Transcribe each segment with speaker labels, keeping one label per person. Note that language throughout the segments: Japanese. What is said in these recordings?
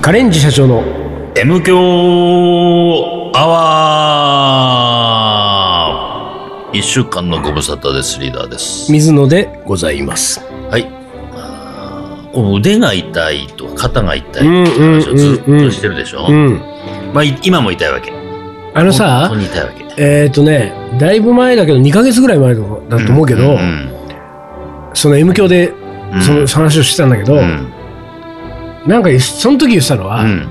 Speaker 1: カレンジ社長の
Speaker 2: M 強アワー一週間のご無沙汰です、リーダーです。
Speaker 1: 水野でございます。
Speaker 2: はい。あーこの腕が痛いとか肩が痛いって
Speaker 1: うんうん
Speaker 2: 話をずっ
Speaker 1: うんうん
Speaker 2: としてるでしょ、
Speaker 1: うん。
Speaker 2: まあい今も痛いわけ。
Speaker 1: あのさ
Speaker 2: 本当、に痛いわけ。
Speaker 1: えっ、とね、だいぶ前だけど、2ヶ月ぐらい前だと思うけど、
Speaker 2: んん
Speaker 1: その M 教で、
Speaker 2: うん
Speaker 1: その話をしてたんだけど、
Speaker 2: うん
Speaker 1: なんか、その時言ってたのは、
Speaker 2: うん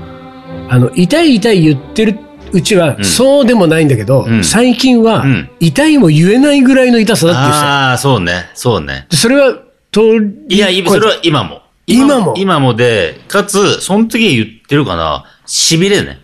Speaker 1: あの、痛い痛い言ってるうちは、
Speaker 2: ん
Speaker 1: そうでもないんだけど、
Speaker 2: うん
Speaker 1: 最近は、
Speaker 2: うん
Speaker 1: 痛いも言えないぐらいの痛さだって言ってた。
Speaker 2: ああ、そうね、そうね。
Speaker 1: でそれは、通り
Speaker 2: いや、今それ
Speaker 1: は、
Speaker 2: は今も。
Speaker 1: 今も
Speaker 2: 今もで、かつ、その時言ってるかな、痺れね。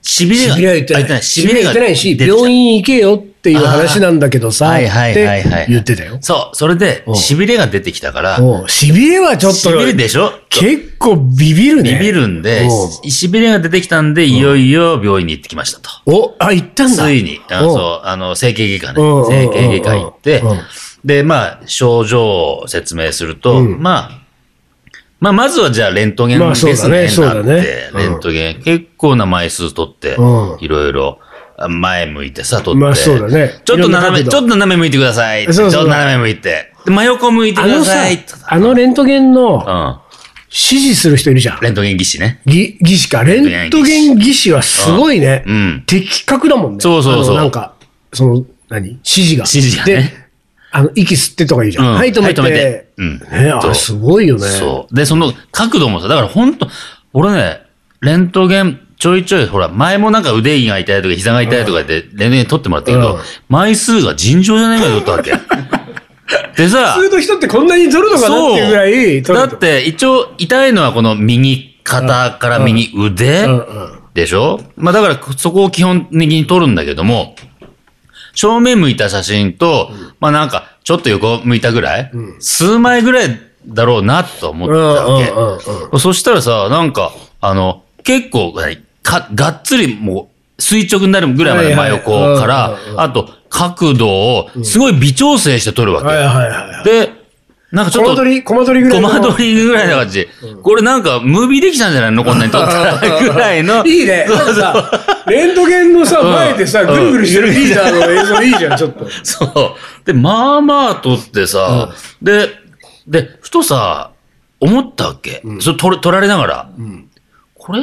Speaker 2: 痺れが。
Speaker 1: 痺れは言ってない。
Speaker 2: あ
Speaker 1: 痺れ
Speaker 2: 痺
Speaker 1: は
Speaker 2: れ
Speaker 1: 言
Speaker 2: が
Speaker 1: ってないし、
Speaker 2: 出てきた
Speaker 1: 病院行けよっていう話なんだけどさ、
Speaker 2: あ
Speaker 1: っ
Speaker 2: ー
Speaker 1: て
Speaker 2: はいはいはいはい
Speaker 1: 言ってたよ。
Speaker 2: そう、それで、
Speaker 1: うん
Speaker 2: 痺れが出てきたから、
Speaker 1: おう痺れはちょっと
Speaker 2: 痺、れでしょ
Speaker 1: 結構ビビるね。
Speaker 2: ビビるんで、
Speaker 1: おう
Speaker 2: 痺れが出てきたんで、いよいよ病院に行ってきましたと。
Speaker 1: お、あ、行ったんだ。
Speaker 2: ついに、あ
Speaker 1: おう
Speaker 2: そう、あの、整形外科ね
Speaker 1: うんうんうん。
Speaker 2: 整形外科行って
Speaker 1: うん、
Speaker 2: で、まあ、症状を説明すると、
Speaker 1: うん
Speaker 2: まあ、まあ、まずはじゃあ、レントゲン
Speaker 1: ま
Speaker 2: で
Speaker 1: あ
Speaker 2: す
Speaker 1: そう
Speaker 2: ね。
Speaker 1: だねそうだね
Speaker 2: なって
Speaker 1: うん
Speaker 2: レントゲン、結構な枚数取って
Speaker 1: うん、
Speaker 2: いろいろ、あ前向いてさ、取って。
Speaker 1: まあそうだね
Speaker 2: ちょっ
Speaker 1: いろ
Speaker 2: と斜
Speaker 1: んな角
Speaker 2: め、
Speaker 1: 度
Speaker 2: ちょっと斜め向いてください。
Speaker 1: そうそう
Speaker 2: ちょっと斜め向いて。で真横向いて
Speaker 1: あ
Speaker 2: くだ
Speaker 1: のさ
Speaker 2: さい。、
Speaker 1: あのレントゲンの
Speaker 2: うん。
Speaker 1: 指示する人いるじゃん。
Speaker 2: レントゲン技師ね。
Speaker 1: ぎ技師か。レントゲン技師はすごいね。
Speaker 2: うん。
Speaker 1: 的確だもんね。
Speaker 2: そうそうそう
Speaker 1: あのなんか、その、何指示が。
Speaker 2: 指示がね
Speaker 1: で、あの、息吸ってとか言うじゃん。
Speaker 2: うん
Speaker 1: はい、止めて。
Speaker 2: はい止めてうん
Speaker 1: ね、
Speaker 2: そ
Speaker 1: あ、
Speaker 2: う
Speaker 1: すごいよね。
Speaker 2: そう。で、その角度もさ、だから本当俺ね、レントゲン、ちょいちょい、ほら、前もなんか腕が痛いとか膝が痛いとかで、レントゲン取ってもらったけど、
Speaker 1: うん
Speaker 2: 枚数が尋常じゃないからい取ったわけ。でさ
Speaker 1: 普、通の人ってこんなにゾるのかなっていうぐらい、
Speaker 2: だって一応痛いのはこの右肩から右腕
Speaker 1: うんうん
Speaker 2: でしょまあだからそこを基本的に撮るんだけども、正面向いた写真と、まあなんかちょっと横向いたぐらい、数枚ぐらいだろうなと思ってたわけ。
Speaker 1: うんうんうん
Speaker 2: そしたらさ、なんか、あの、結構、か、がっつりもう、垂直になるぐらいまで真横から、
Speaker 1: はいはいうんうんうん
Speaker 2: あと、角度を、すごい微調整して撮るわけ。
Speaker 1: はいはいはい。
Speaker 2: で、なんかち
Speaker 1: コ
Speaker 2: ょっ
Speaker 1: マ
Speaker 2: と
Speaker 1: 撮、り、コマ撮りぐら
Speaker 2: コ
Speaker 1: いの。
Speaker 2: マ撮りぐらいな感じ。これなんか、ムービーできたんじゃないのこんなに撮ったらぐらい の。
Speaker 1: いいね。なんかさ、レントゲンのさ、
Speaker 2: うん
Speaker 1: 前でさ、ぐるぐるしてるリーダーの映像いいじゃん、ちょっと。
Speaker 2: そう。で、まあまあ撮ってさ、で、で、ふとさ、思ったわけ。それ撮れ撮られながら。これ、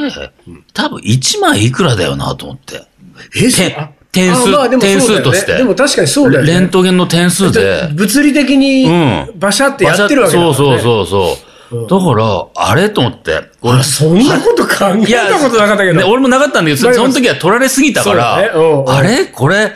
Speaker 2: 多分1枚いくらだよなと思って。
Speaker 1: え
Speaker 2: て点数、点数として。
Speaker 1: でも確かにそうだよね。
Speaker 2: レントゲンの点数で。
Speaker 1: 物理的に
Speaker 2: うん
Speaker 1: バシャって やってるわけだから、ね
Speaker 2: そうそうそうそう。だから、あれと思って。俺
Speaker 1: そんなこと考えたことなかったけ
Speaker 2: ね
Speaker 1: ど。
Speaker 2: 俺もなかったんだけど、そ
Speaker 1: ない
Speaker 2: その時は取られすぎたから、
Speaker 1: そうだねうんうん
Speaker 2: あれこれ、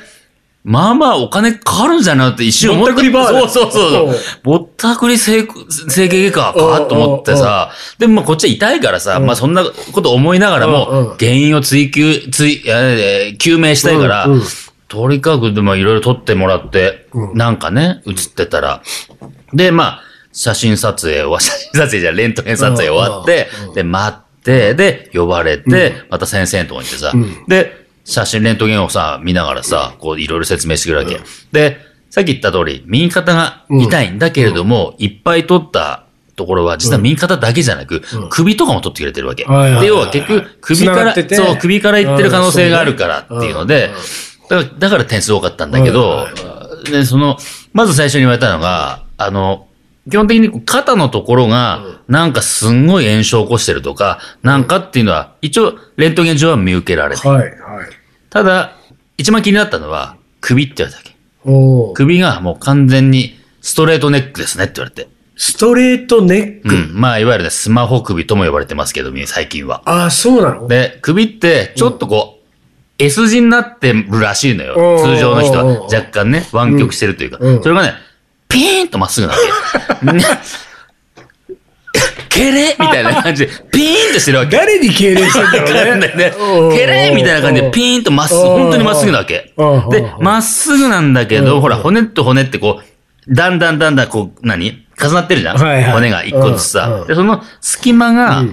Speaker 2: まあまあお金かかるんじゃないのって一瞬思っ
Speaker 1: ぼ
Speaker 2: た。
Speaker 1: ったくりバーだ。
Speaker 2: そうそうそううんぼったくり整整形外科かと思ってさ、でもまあこっちは痛いからさ、まあそんなこと思いながら
Speaker 1: うんうん
Speaker 2: も、原因を追求、追、えー究明したいから
Speaker 1: うんうん、
Speaker 2: とにかくでもいろいろ撮ってもらって、
Speaker 1: うん
Speaker 2: なんかね、写ってたら。で、まあ、写真撮影は、写真撮影じゃないレントゲン撮影終わって、で、待って、で、呼ばれて、また先生のとこに行ってさ、で、写真、レントゲンをさ、見ながらさ、こう、いろいろ説明してくるわけ。で、さっき言った通り、右肩が痛いんだけれども、いっぱい取ったところは、実は右肩だけじゃなく、首とかも取ってくれてるわけ。
Speaker 1: はいはいはい
Speaker 2: で、要は結局、首か
Speaker 1: 繋が
Speaker 2: ら、
Speaker 1: ってて
Speaker 2: そう、首から行ってる可能性があるからっていうので、だからだから点数多かったんだけど、で、その、まず最初に言われたのが、あの、基本的に肩のところが、なんかすんごい炎症を起こしてるとか、なんかっていうのは、一応、レントゲン上は見受けられて。
Speaker 1: はい、はい。
Speaker 2: ただ、一番気になったのは、首って言われただけ。
Speaker 1: おー
Speaker 2: 首がもう完全にストレートネックですねって言われて。
Speaker 1: ストレートネック。
Speaker 2: うん。まあ、いわゆるね、スマホ首とも呼ばれてますけど、最近は。
Speaker 1: ああ、そうなの
Speaker 2: で、首って、ちょっとこう、S 字になってるらしいのよ
Speaker 1: お。ー
Speaker 2: 通常の人は
Speaker 1: おーおー
Speaker 2: 若干ね、湾曲してるというか。
Speaker 1: うん
Speaker 2: それがね、ピーンとまっすぐなわ け。ね、けれみたいな感じで、ピーンとしてるわけ。
Speaker 1: 誰に敬礼してんだ
Speaker 2: わ
Speaker 1: ろ
Speaker 2: か
Speaker 1: うんね
Speaker 2: ないね
Speaker 1: おー。
Speaker 2: けれみたいな感じで、ピーンとまっすぐ、
Speaker 1: おー
Speaker 2: 本当にまっすぐなわけ
Speaker 1: おー。お
Speaker 2: で
Speaker 1: ー、
Speaker 2: まっすぐなんだけど、ほら、骨と骨ってこう、だんだんだんだんこう、何重なってるじゃん
Speaker 1: はいはい
Speaker 2: 骨が一個
Speaker 1: うん
Speaker 2: ずつ
Speaker 1: う
Speaker 2: さ
Speaker 1: ん。
Speaker 2: で、その隙間が、やっ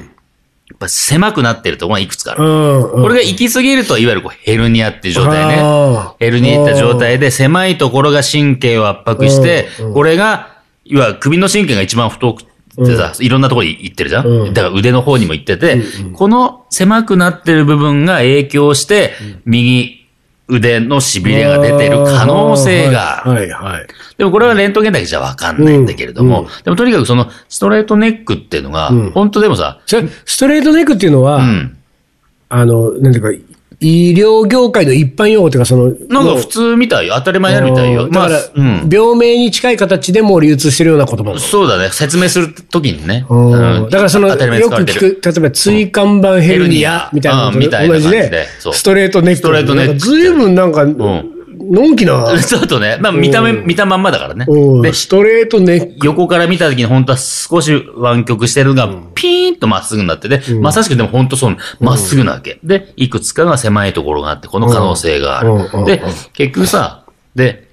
Speaker 2: ぱ狭くなってるところがいくつかある
Speaker 1: う。んうん。
Speaker 2: これが行き過ぎると、いわゆるこうヘルニアっていう状態
Speaker 1: あ
Speaker 2: ね
Speaker 1: ー。
Speaker 2: ヘルニアって状態で、狭いところが神経を圧迫して、これが、いわゆる首の神経が一番太くってさ、いろんなところに行ってるじゃん、
Speaker 1: うん
Speaker 2: だから腕の方にも行ってて、この狭くなってる部分が影響して、右腕の痺れが出てる可能性が
Speaker 1: あーはい、はい、はい。
Speaker 2: でもこれはレントゲンだけじゃわかんないんだけれども、
Speaker 1: うん
Speaker 2: でもとにかくそのストレートネックっていうのが、
Speaker 1: うん
Speaker 2: 本当でもさ、
Speaker 1: それ、ストレートネックっていうのは、
Speaker 2: うん。
Speaker 1: あの、なんていうか、医療業界の一般用語というか、その、
Speaker 2: なん
Speaker 1: も
Speaker 2: か
Speaker 1: う
Speaker 2: 普通みたいよ。当たり前になるみたい
Speaker 1: だ
Speaker 2: よ。ま
Speaker 1: か
Speaker 2: あ
Speaker 1: ら、、
Speaker 2: うん。
Speaker 1: 病名に近い形でもう流通してるような言葉なの
Speaker 2: そうだね。説明するときにね。
Speaker 1: うんだからその、
Speaker 2: 当たり前に
Speaker 1: よ
Speaker 2: 使
Speaker 1: く
Speaker 2: われてる
Speaker 1: 聞く、例えば、椎間板ヘルニアみたいな
Speaker 2: うん
Speaker 1: の
Speaker 2: みた
Speaker 1: と
Speaker 2: いな
Speaker 1: 同
Speaker 2: 感じ
Speaker 1: じ
Speaker 2: で
Speaker 1: で、
Speaker 2: そう
Speaker 1: ストレートネック。
Speaker 2: ストレートネック
Speaker 1: なんか随分なんか、
Speaker 2: ん
Speaker 1: のんきな、
Speaker 2: ちょっとね、まあ見た目、見たまんまだからね。
Speaker 1: う
Speaker 2: で
Speaker 1: ん、、ストレートネック。
Speaker 2: 横から見た時に本当は少し湾曲してるのが、ピーンとまっすぐになってて、まさしくでも本当その、まっすぐなわけ。で、いくつかが狭いところがあって、この可能性があ
Speaker 1: うんうんうん
Speaker 2: る。で、結局さ、で、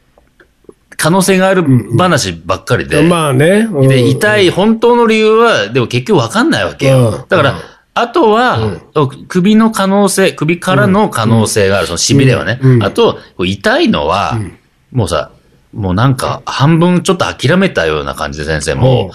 Speaker 2: 可能性がある話ばっかりで、
Speaker 1: まあね。うん
Speaker 2: で、痛い本当の理由は、でも結局わかんないわけ
Speaker 1: うん
Speaker 2: よ。だか
Speaker 1: うん
Speaker 2: ら、あとは、首の可能性、首からの可能性がある、その痺れはね
Speaker 1: う。ん
Speaker 2: あと、こう痛いのは、もうさ、もうなんか、半分ちょっと諦めたような感じで先生
Speaker 1: うん
Speaker 2: も、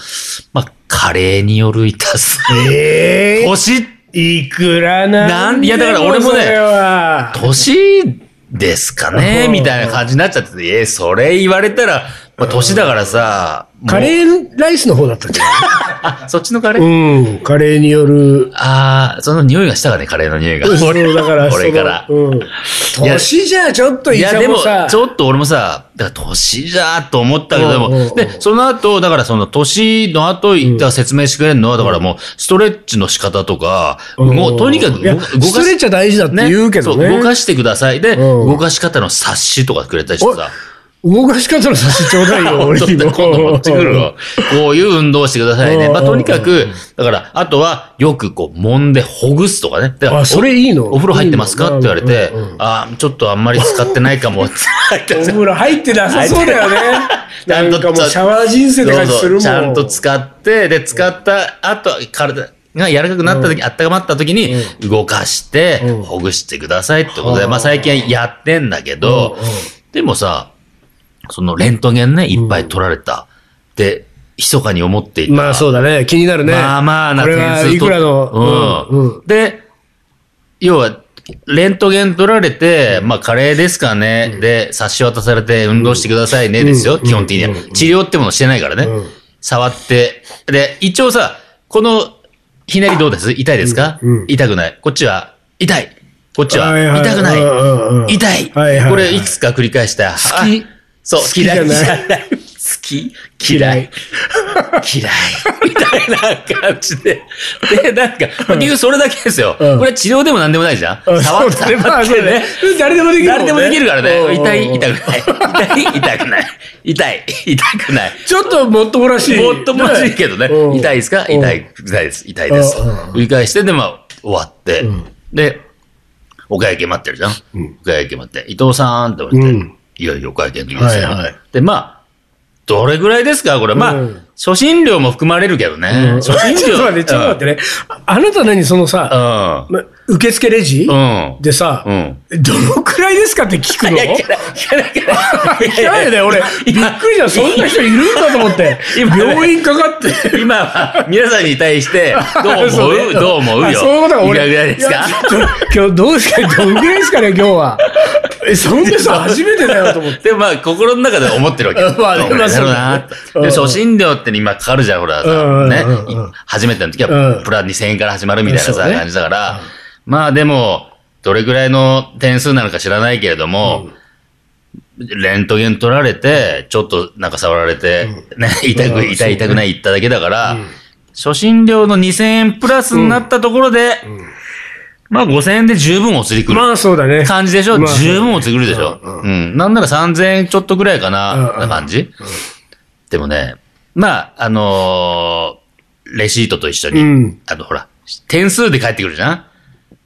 Speaker 2: まあ、加齢による痛さ。
Speaker 1: ええ
Speaker 2: 年、
Speaker 1: いくらなん
Speaker 2: なんいやだから俺もね
Speaker 1: それは
Speaker 2: 年ですかね
Speaker 1: うん
Speaker 2: みたいな感じになっちゃってて、え、それ言われたら、まあ、年だからさ、もう
Speaker 1: カレーライスの方だったんじゃない
Speaker 2: あ、そっちのカレー
Speaker 1: うん、カレーによる、
Speaker 2: ああ、その匂いがしたかね、カレーの匂いが。
Speaker 1: そのだ から、
Speaker 2: 俺から
Speaker 1: そのうん。
Speaker 2: いや
Speaker 1: 年じゃちょっと
Speaker 2: い
Speaker 1: 医
Speaker 2: や、
Speaker 1: 者
Speaker 2: で
Speaker 1: も
Speaker 2: も、
Speaker 1: さ、
Speaker 2: ちょっと俺もさ、だから年じゃーと思ったけど、で
Speaker 1: うんうんうん
Speaker 2: も、で、その後、だからその年の後、だから説明してくれるのは、だからもう、ストレッチの仕方とか、もう、とにかく
Speaker 1: いや
Speaker 2: 動か動
Speaker 1: スト
Speaker 2: か
Speaker 1: レ
Speaker 2: し
Speaker 1: ッチは大事だって言うけどね。
Speaker 2: そう動かしてください。で、
Speaker 1: うん
Speaker 2: 動かし方の冊子とかくれたりしてさ。
Speaker 1: 動かし方の差しちょうだい よ、俺
Speaker 2: ちょっ
Speaker 1: に
Speaker 2: と
Speaker 1: も。
Speaker 2: 今度持ってくるわ。こういう運動をしてくださいね。
Speaker 1: うん
Speaker 2: まあ、とにかく、だから、あとは、よくこう、揉んでほぐすとかね。だから
Speaker 1: あそれいいの
Speaker 2: おお風呂入ってますかって言われて
Speaker 1: うんうん、
Speaker 2: あーちょっとあんまり使ってないかもって入った
Speaker 1: お風呂入ってなさそうだよね。
Speaker 2: ちゃ
Speaker 1: なん
Speaker 2: と
Speaker 1: んかもうシャワー人生って感じするもん。
Speaker 2: そうそうちゃんと使って、で、使った後、体が柔らかくなった時、温まった時に、動かして、
Speaker 1: うん
Speaker 2: ほぐしてくださいってこと
Speaker 1: は
Speaker 2: で、
Speaker 1: あ
Speaker 2: まあ最近やってんだけど、
Speaker 1: うんうん
Speaker 2: でもさ、そのレントゲンね、いっぱい取られた。で、密かに思っていた。
Speaker 1: まあそうだね。気になるね。
Speaker 2: まあまあな
Speaker 1: こ
Speaker 2: 点
Speaker 1: れ
Speaker 2: 数
Speaker 1: は
Speaker 2: 取っ
Speaker 1: いくらの。
Speaker 2: うん
Speaker 1: うんうん
Speaker 2: で、要は、レントゲン取られて、まあ、カレーですかね、で、差し渡されて、運動してくださいね、ですよ、基本的には、治療ってものしてないからね。
Speaker 1: うん
Speaker 2: 触って。で、一応さ、この、ひねりどうです痛いですか、
Speaker 1: うんうん
Speaker 2: 痛くない。こっちは、痛い。こっちは、
Speaker 1: はいはい
Speaker 2: 痛くな
Speaker 1: うんうんうん
Speaker 2: い。痛い。
Speaker 1: はいはいはい
Speaker 2: これ、いくつか繰り返した。
Speaker 1: 好き
Speaker 2: あそう、
Speaker 1: 好きじゃない
Speaker 2: い。好き嫌い。嫌い。みたいな感じで。で、なんか、まあ結局それだけですよ。
Speaker 1: うん
Speaker 2: これは治療でも何でもないじゃん。
Speaker 1: うん
Speaker 2: 触っ
Speaker 1: そうだね
Speaker 2: たって ね。
Speaker 1: まあ誰でもできるもんね。
Speaker 2: 誰でもできるから
Speaker 1: うん
Speaker 2: ね。痛い、痛くない。痛い、痛くない。痛い、痛くない。
Speaker 1: ちょっともっともらしい。
Speaker 2: もっともらしいけどね
Speaker 1: うん。
Speaker 2: 痛いですか
Speaker 1: うん
Speaker 2: 痛い、痛いです。痛いです
Speaker 1: うん。
Speaker 2: 繰り返して、で、まあ、終わって
Speaker 1: ん。
Speaker 2: で、お会計待ってるじゃん。お会計待って。伊藤さんって言わ
Speaker 1: う
Speaker 2: れ
Speaker 1: ん
Speaker 2: て、いよいよお会計の時ですよ
Speaker 1: はいはい。
Speaker 2: で、まあ、どれぐらいですかこれ。まあ
Speaker 1: うん、
Speaker 2: 初診料も含まれるけど
Speaker 1: う
Speaker 2: ね
Speaker 1: ん。
Speaker 2: 初診 料。
Speaker 1: ちょっと待って、ちょっと待ってね。ああなた何そのさ、ま受付レジ
Speaker 2: うん。うん。
Speaker 1: でさ、
Speaker 2: うん。
Speaker 1: どのくらいですかって聞くの
Speaker 2: いやいやいやいやいや
Speaker 1: 聞かないよね、俺。びっくりじゃん。そんな人いるんだと思って。
Speaker 2: 今ね
Speaker 1: 病院かかって。
Speaker 2: 今は、皆さんに対して、どう 思
Speaker 1: そう
Speaker 2: うどう思うよ。
Speaker 1: あそういうことか、
Speaker 2: いく
Speaker 1: 俺。
Speaker 2: らぐらいですか
Speaker 1: やちょっと今日どうですかどんぐらいですかね、今日は。え、そんな人初めてだよと思って。
Speaker 2: でもまあ、心の中で思ってるわけ
Speaker 1: 。まあね
Speaker 2: どうなんだろうな
Speaker 1: まあそうだね
Speaker 2: で、初診料って今かかるじゃん、ほら
Speaker 1: うんう
Speaker 2: さ、
Speaker 1: ん
Speaker 2: ね
Speaker 1: うんうん。
Speaker 2: 初めての時
Speaker 1: う
Speaker 2: は
Speaker 1: ん、
Speaker 2: プラン2000円から始まるみたいな
Speaker 1: そ
Speaker 2: さ、
Speaker 1: うね
Speaker 2: 感じだから。まあでも、どれぐらいの点数なのか知らないけれども、レントゲン取られて、ちょっとなんか触られて、ね、痛
Speaker 1: う
Speaker 2: く、
Speaker 1: ん
Speaker 2: 痛い、痛くない言っただけだから
Speaker 1: ん、
Speaker 2: 初診料の2000円プラスになったところで、まあ5000円で十分お釣りくる。
Speaker 1: まあそうだね。
Speaker 2: 感じでしょ、
Speaker 1: まあ
Speaker 2: 十分も作るでしょ、
Speaker 1: う
Speaker 2: うんんなんなら3000円ちょっとぐらいかな、
Speaker 1: うん
Speaker 2: な感じ、でもね、まあ、あのーレシートと一緒に、
Speaker 1: うん
Speaker 2: あの、ほら、点数で返ってくるじゃん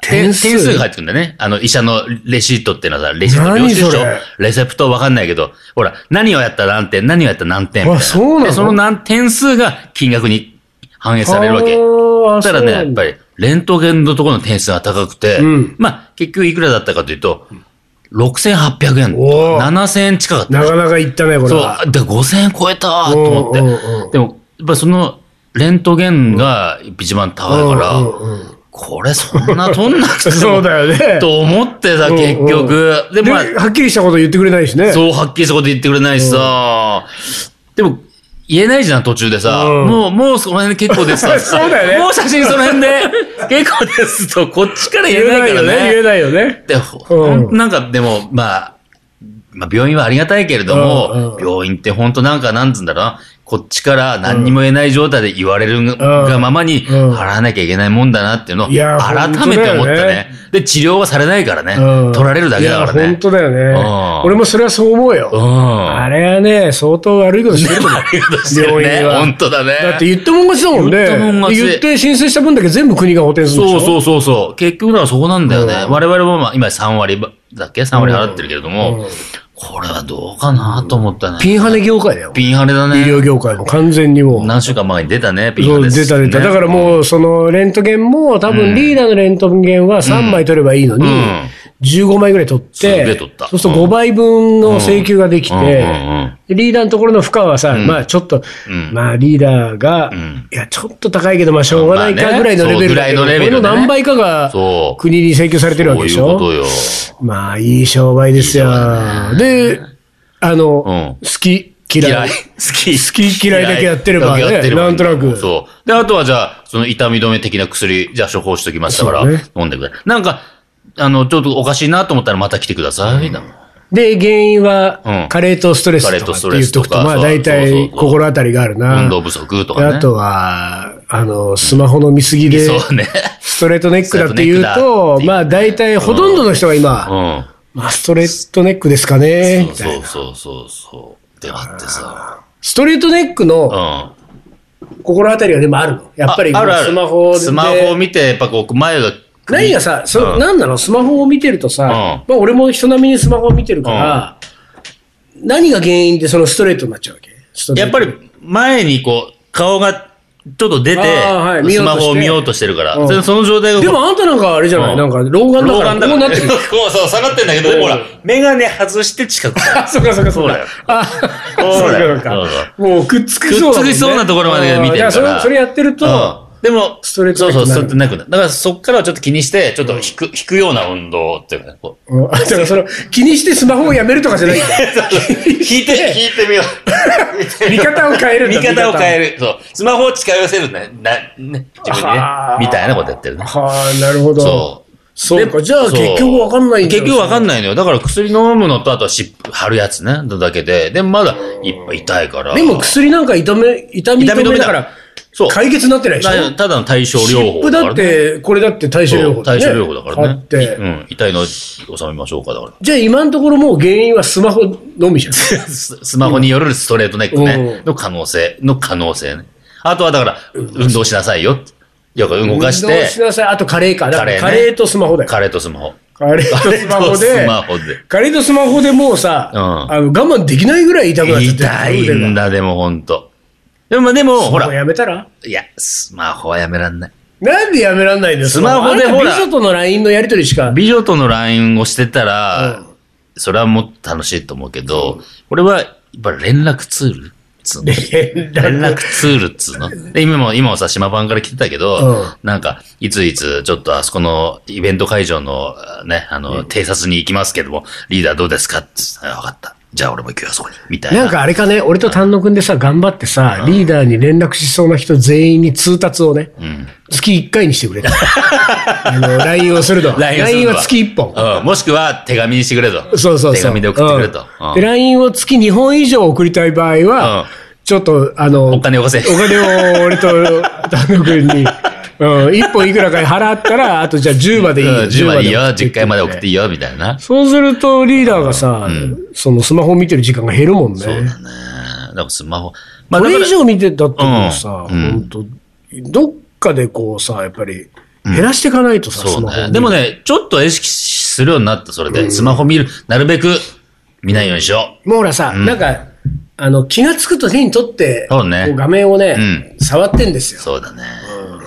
Speaker 2: て
Speaker 1: 点数
Speaker 2: 点数が返ってくるんだよね。あの、医者のレシートっていうのはさ、レシート領収
Speaker 1: 何そ
Speaker 2: 書
Speaker 1: れ、
Speaker 2: レセプトわかんないけど、ほら、何をやったら何点、何をやったら何点みたい
Speaker 1: あそうなの
Speaker 2: でその何点数が金額に反映されるわ
Speaker 1: あ
Speaker 2: け。
Speaker 1: ー
Speaker 2: たらね、やっぱ。
Speaker 1: あ
Speaker 2: り、レントゲンのところの点数が高くて、
Speaker 1: うん
Speaker 2: まあ、結局いくらだったかというと、6800円と
Speaker 1: おー
Speaker 2: か、7000円近かっ
Speaker 1: そうな
Speaker 2: た。
Speaker 1: んだなかなか行ったね、これ
Speaker 2: そう、
Speaker 1: は。
Speaker 2: あで、5000円超えたと思って。
Speaker 1: うんうんうん
Speaker 2: でも、やっぱその、レントゲンが一番高いから、これそんな撮んなくて も
Speaker 1: そうだよね
Speaker 2: と思ってさ、
Speaker 1: うんうん
Speaker 2: 結局。で、
Speaker 1: で、
Speaker 2: まあ、
Speaker 1: はっきりしたこと言ってくれないしね。
Speaker 2: そうはっきりそこで言ってくれないしさ、でも、言えないじゃん、途中でさ。
Speaker 1: うん
Speaker 2: もう、もうその辺で結構ですとかさ
Speaker 1: そうだよね
Speaker 2: もう写真その辺で 結構ですと、こっちから言えないからね。
Speaker 1: 言えないよね。
Speaker 2: で、ほんなんかでも、まあ、まあ、病院はありがたいけれども、
Speaker 1: うんうん
Speaker 2: 病院って本当なんか、なんつうんだろうな、こっちから何にも言えない状態で言われるが,、
Speaker 1: うん
Speaker 2: ままに
Speaker 1: うん
Speaker 2: 払わなきゃいけないもんだなっていうのを
Speaker 1: いや
Speaker 2: 改めて思
Speaker 1: 本当
Speaker 2: った
Speaker 1: だよ
Speaker 2: ね
Speaker 1: ね。
Speaker 2: で、治療はされないからね。
Speaker 1: うん
Speaker 2: 取られるだけだから
Speaker 1: いや
Speaker 2: ね
Speaker 1: 本。当だよね
Speaker 2: うん。
Speaker 1: 俺もそれはそう思う
Speaker 2: う
Speaker 1: よ。
Speaker 2: ん。
Speaker 1: あれはね、相当悪いことしてると思う
Speaker 2: 悪いことしてる
Speaker 1: 病
Speaker 2: ね。
Speaker 1: 院は
Speaker 2: 本当だね。
Speaker 1: だって言ったもん勝ちだもんね。
Speaker 2: 言ったもん勝ち
Speaker 1: 言って申請した分だけ全部国が補填するんでし
Speaker 2: そ
Speaker 1: ょ
Speaker 2: うそうそうそう。結局だからそこなんだよね。
Speaker 1: うん
Speaker 2: 我々もまあ今3割ばだっけ ?3 割払ってるけれども、
Speaker 1: うん
Speaker 2: これはどうかなと思ったね。
Speaker 1: ピンハネ業界だよ。
Speaker 2: ピンハネだ
Speaker 1: 医
Speaker 2: ね。
Speaker 1: 療業界も完全にもう。
Speaker 2: 何週間前に出たね、ピン
Speaker 1: そ
Speaker 2: ハネ
Speaker 1: う、出た出た。だから
Speaker 2: う、
Speaker 1: もう、その、レントゲンも、多分リーダーのレントゲンは3枚取ればいいのに
Speaker 2: うん、
Speaker 1: 15枚ぐらい取っ
Speaker 2: すげ
Speaker 1: て
Speaker 2: え取った、
Speaker 1: そうすると5倍分の請求ができ
Speaker 2: うんうんうんう
Speaker 1: て
Speaker 2: ん、
Speaker 1: でリーダーのところの負荷はさ、まあちょっと
Speaker 2: ん、
Speaker 1: まあリーダーが
Speaker 2: ん、
Speaker 1: いや、ちょっと高いけど、まあしょうがない
Speaker 2: まあ
Speaker 1: か
Speaker 2: ね
Speaker 1: ぐらいのレベルだけど。
Speaker 2: そうぐらいのレベルでね
Speaker 1: これの何倍かが
Speaker 2: そう
Speaker 1: 国に請求されてるわ
Speaker 2: こ
Speaker 1: け
Speaker 2: う
Speaker 1: で
Speaker 2: い
Speaker 1: し
Speaker 2: うこ
Speaker 1: ょ
Speaker 2: とよ。
Speaker 1: まあいい商売ですよ
Speaker 2: いい商売。
Speaker 1: で、あの、
Speaker 2: うん
Speaker 1: 好き、嫌
Speaker 2: 嫌
Speaker 1: い
Speaker 2: い。。好き。
Speaker 1: 好き嫌いだけやってればね
Speaker 2: 嫌いだけやってればいい
Speaker 1: なんとなく
Speaker 2: そう。で、あとはじゃあ、その痛み止め的な薬、じゃあ処方しときましたから、
Speaker 1: そうね
Speaker 2: 飲んでください。なんか、あの、ちょっとおかしいなと思ったらまた来てください。だもん
Speaker 1: で、原因
Speaker 2: うん
Speaker 1: は、加齢とストレス
Speaker 2: 加齢
Speaker 1: と
Speaker 2: と
Speaker 1: かっ
Speaker 2: ス
Speaker 1: て
Speaker 2: トレ
Speaker 1: 言っ
Speaker 2: ス
Speaker 1: と
Speaker 2: と
Speaker 1: く
Speaker 2: か
Speaker 1: と、まあ
Speaker 2: そう
Speaker 1: 大
Speaker 2: そうそう
Speaker 1: 体
Speaker 2: そう
Speaker 1: 心当たりがあるな。
Speaker 2: 運動不足と
Speaker 1: で
Speaker 2: かね。
Speaker 1: あとは、あの、スマホの見過ぎで、
Speaker 2: そうね。
Speaker 1: ストレートネックだって言う
Speaker 2: ストレートネックだっ
Speaker 1: と、
Speaker 2: ていう
Speaker 1: まあ大体ほとんどの人が今、
Speaker 2: うん。
Speaker 1: まあストレートネックですかね、みたいな
Speaker 2: そうそうそうそう。であってさ。
Speaker 1: ストレートネック
Speaker 2: う
Speaker 1: の
Speaker 2: ん。
Speaker 1: 心当たりはでもあるの。やっぱり
Speaker 2: ああるある
Speaker 1: スマホで。
Speaker 2: スマホを見て、やっぱこう、前が。
Speaker 1: 何がさ、その
Speaker 2: うん
Speaker 1: なんなのスマホを見てるとさ、まあ俺も人並みにスマホを見てるから、何が原因でそのストレートになっちゃうわけストレ
Speaker 2: や
Speaker 1: ー
Speaker 2: っ
Speaker 1: ト
Speaker 2: ぱり前にこう、顔がちょっと出て、
Speaker 1: あーはい見
Speaker 2: ス
Speaker 1: ようとして
Speaker 2: マホを見ようとしてるから、
Speaker 1: うん
Speaker 2: それその状態がこう
Speaker 1: でもあんたなんかあれじゃない、
Speaker 2: うん
Speaker 1: なんか老眼だからこうなってる。
Speaker 2: こうそう、下がってんだけど、でもほら、メガネ外して近く。
Speaker 1: あ、 そっかそっかそっ
Speaker 2: そうだ
Speaker 1: か
Speaker 2: よ。
Speaker 1: あ、
Speaker 2: そうだよ
Speaker 1: そうか
Speaker 2: そう
Speaker 1: そうか。もうくっつくそうだもんね。
Speaker 2: くっつきそうなところまで見てるから
Speaker 1: あーじゃあそれそれやってると、
Speaker 2: うんでも、
Speaker 1: ストレート
Speaker 2: そう
Speaker 1: ネック
Speaker 2: そ
Speaker 1: に
Speaker 2: う、
Speaker 1: なる
Speaker 2: ストレートネックだ。だからそっからはちょっと気にして、ちょっと引く、引くような運動っていうかね、こう。
Speaker 1: うんあ、だからその気にしてスマホをやめるとかじゃ ないんだ。
Speaker 2: 引いて、引いてみよう。
Speaker 1: 見方を変えるんだ
Speaker 2: 見方を変える。そう。スマホを近寄せるね。な、ね。自分にね
Speaker 1: あ。ー
Speaker 2: みたいなことやってるね。
Speaker 1: はあ、なるほど。
Speaker 2: そう。
Speaker 1: そうか。
Speaker 2: で
Speaker 1: じゃあ
Speaker 2: そう
Speaker 1: 結局わかんないんだ
Speaker 2: 結局わかん
Speaker 1: い。
Speaker 2: ないのよ。だから薬飲むのと、あとは湿布貼るやつね。だけで。でもまだい痛いから。
Speaker 1: でも薬なんか痛め、痛み
Speaker 2: 痛み
Speaker 1: 止め
Speaker 2: 止め
Speaker 1: だ
Speaker 2: だ
Speaker 1: か
Speaker 2: からら、そう。
Speaker 1: 解決になってないでしょ
Speaker 2: たただの対症療法
Speaker 1: 湿布だっ
Speaker 2: ね。
Speaker 1: て、これだって対処療
Speaker 2: そう
Speaker 1: 法
Speaker 2: 対
Speaker 1: だ
Speaker 2: 症
Speaker 1: よね。
Speaker 2: 療法だから
Speaker 1: あ
Speaker 2: ね
Speaker 1: っ。て
Speaker 2: う。ん。痛いの収めましょうか、だから。
Speaker 1: じゃあ今のところもう原因はスマホのみじゃん。
Speaker 2: ススマホによるストレートネック
Speaker 1: う
Speaker 2: ね
Speaker 1: ん。
Speaker 2: の可能性。の可能性ね。あとはだから、運動しなさいよ。よく動かし、
Speaker 1: 運動してなさい。あとカレーか。だから
Speaker 2: カ
Speaker 1: カ
Speaker 2: レーね
Speaker 1: レーとスマホだよ。
Speaker 2: カレーとスマホ。
Speaker 1: カレーとスマホで
Speaker 2: ス。マホで。
Speaker 1: カレーとスマホでもうさ、
Speaker 2: うん
Speaker 1: あの我慢できないぐらい痛くなっちゃって
Speaker 2: 痛い
Speaker 1: 腕
Speaker 2: ん
Speaker 1: が
Speaker 2: だ、でもほんと。でもまあでも、ほ
Speaker 1: もう
Speaker 2: ら、
Speaker 1: やめたら
Speaker 2: いや、スマホはやめらんない。
Speaker 1: なんでやめらんないんです
Speaker 2: スマホでほら
Speaker 1: 美女との LINE のやりとりしか。
Speaker 2: 美女との LINE をしてたら、
Speaker 1: うん
Speaker 2: それはもっと楽しいと思うけど、俺は、やっぱり連絡ツールっつうの。
Speaker 1: 連
Speaker 2: 連絡ツールっつうの。 で、今も、今もさ、島版から来てたけど、
Speaker 1: うん
Speaker 2: なんか、いついつ、ちょっとあそこのイベント会場のね、あの、偵察に行きますけども、リーダーどうですかって言ったら、わかった。じゃあ俺も行くよ、そこに。みたいな。
Speaker 1: なんかあれかね、俺と丹野くんでさ、頑張ってさ、リーダーに連絡しそうな人全員に通達をね、
Speaker 2: うん。
Speaker 1: 月1回にしてく れ。あの、LINE をすると。
Speaker 2: をする
Speaker 1: LINE
Speaker 2: の
Speaker 1: は月1本。
Speaker 2: うん。もしくは手紙にしてくれと。
Speaker 1: そうそうそう。
Speaker 2: 手紙で送ってくれと。
Speaker 1: うん
Speaker 2: うん
Speaker 1: で、LINE を月2本以上送りたい場合は、
Speaker 2: うん
Speaker 1: ちょっと、あの、
Speaker 2: お金よこせ
Speaker 1: お金を俺と丹野君 に、うん、1本いくらか払ったら、あとじゃあ10までいいよ。
Speaker 2: うん10までいいよ、
Speaker 1: 送って
Speaker 2: 10回まで送っていいよ、みたいな。
Speaker 1: そうすると、リーダーがさ、そのスマホ見てる時間が減るもんね。
Speaker 2: ねえだからスマホ。まあ、
Speaker 1: こ
Speaker 2: だか
Speaker 1: れ以
Speaker 2: ら、
Speaker 1: 上見てたってことさ、
Speaker 2: うん
Speaker 1: 本当どっかでこうさ、やっぱり、減らしていかないとさ、
Speaker 2: そ
Speaker 1: ス
Speaker 2: う
Speaker 1: マホ
Speaker 2: ね。
Speaker 1: 見
Speaker 2: でもね、ちょっと意識するようになった、それで。スマホ見る、なるべく見ないようにしよ
Speaker 1: もうほらさ、なんか、あの、気がつくと手に取って、
Speaker 2: そうね
Speaker 1: こう画面をね、
Speaker 2: う
Speaker 1: 触ってんです
Speaker 2: う。
Speaker 1: よ。
Speaker 2: そうだね。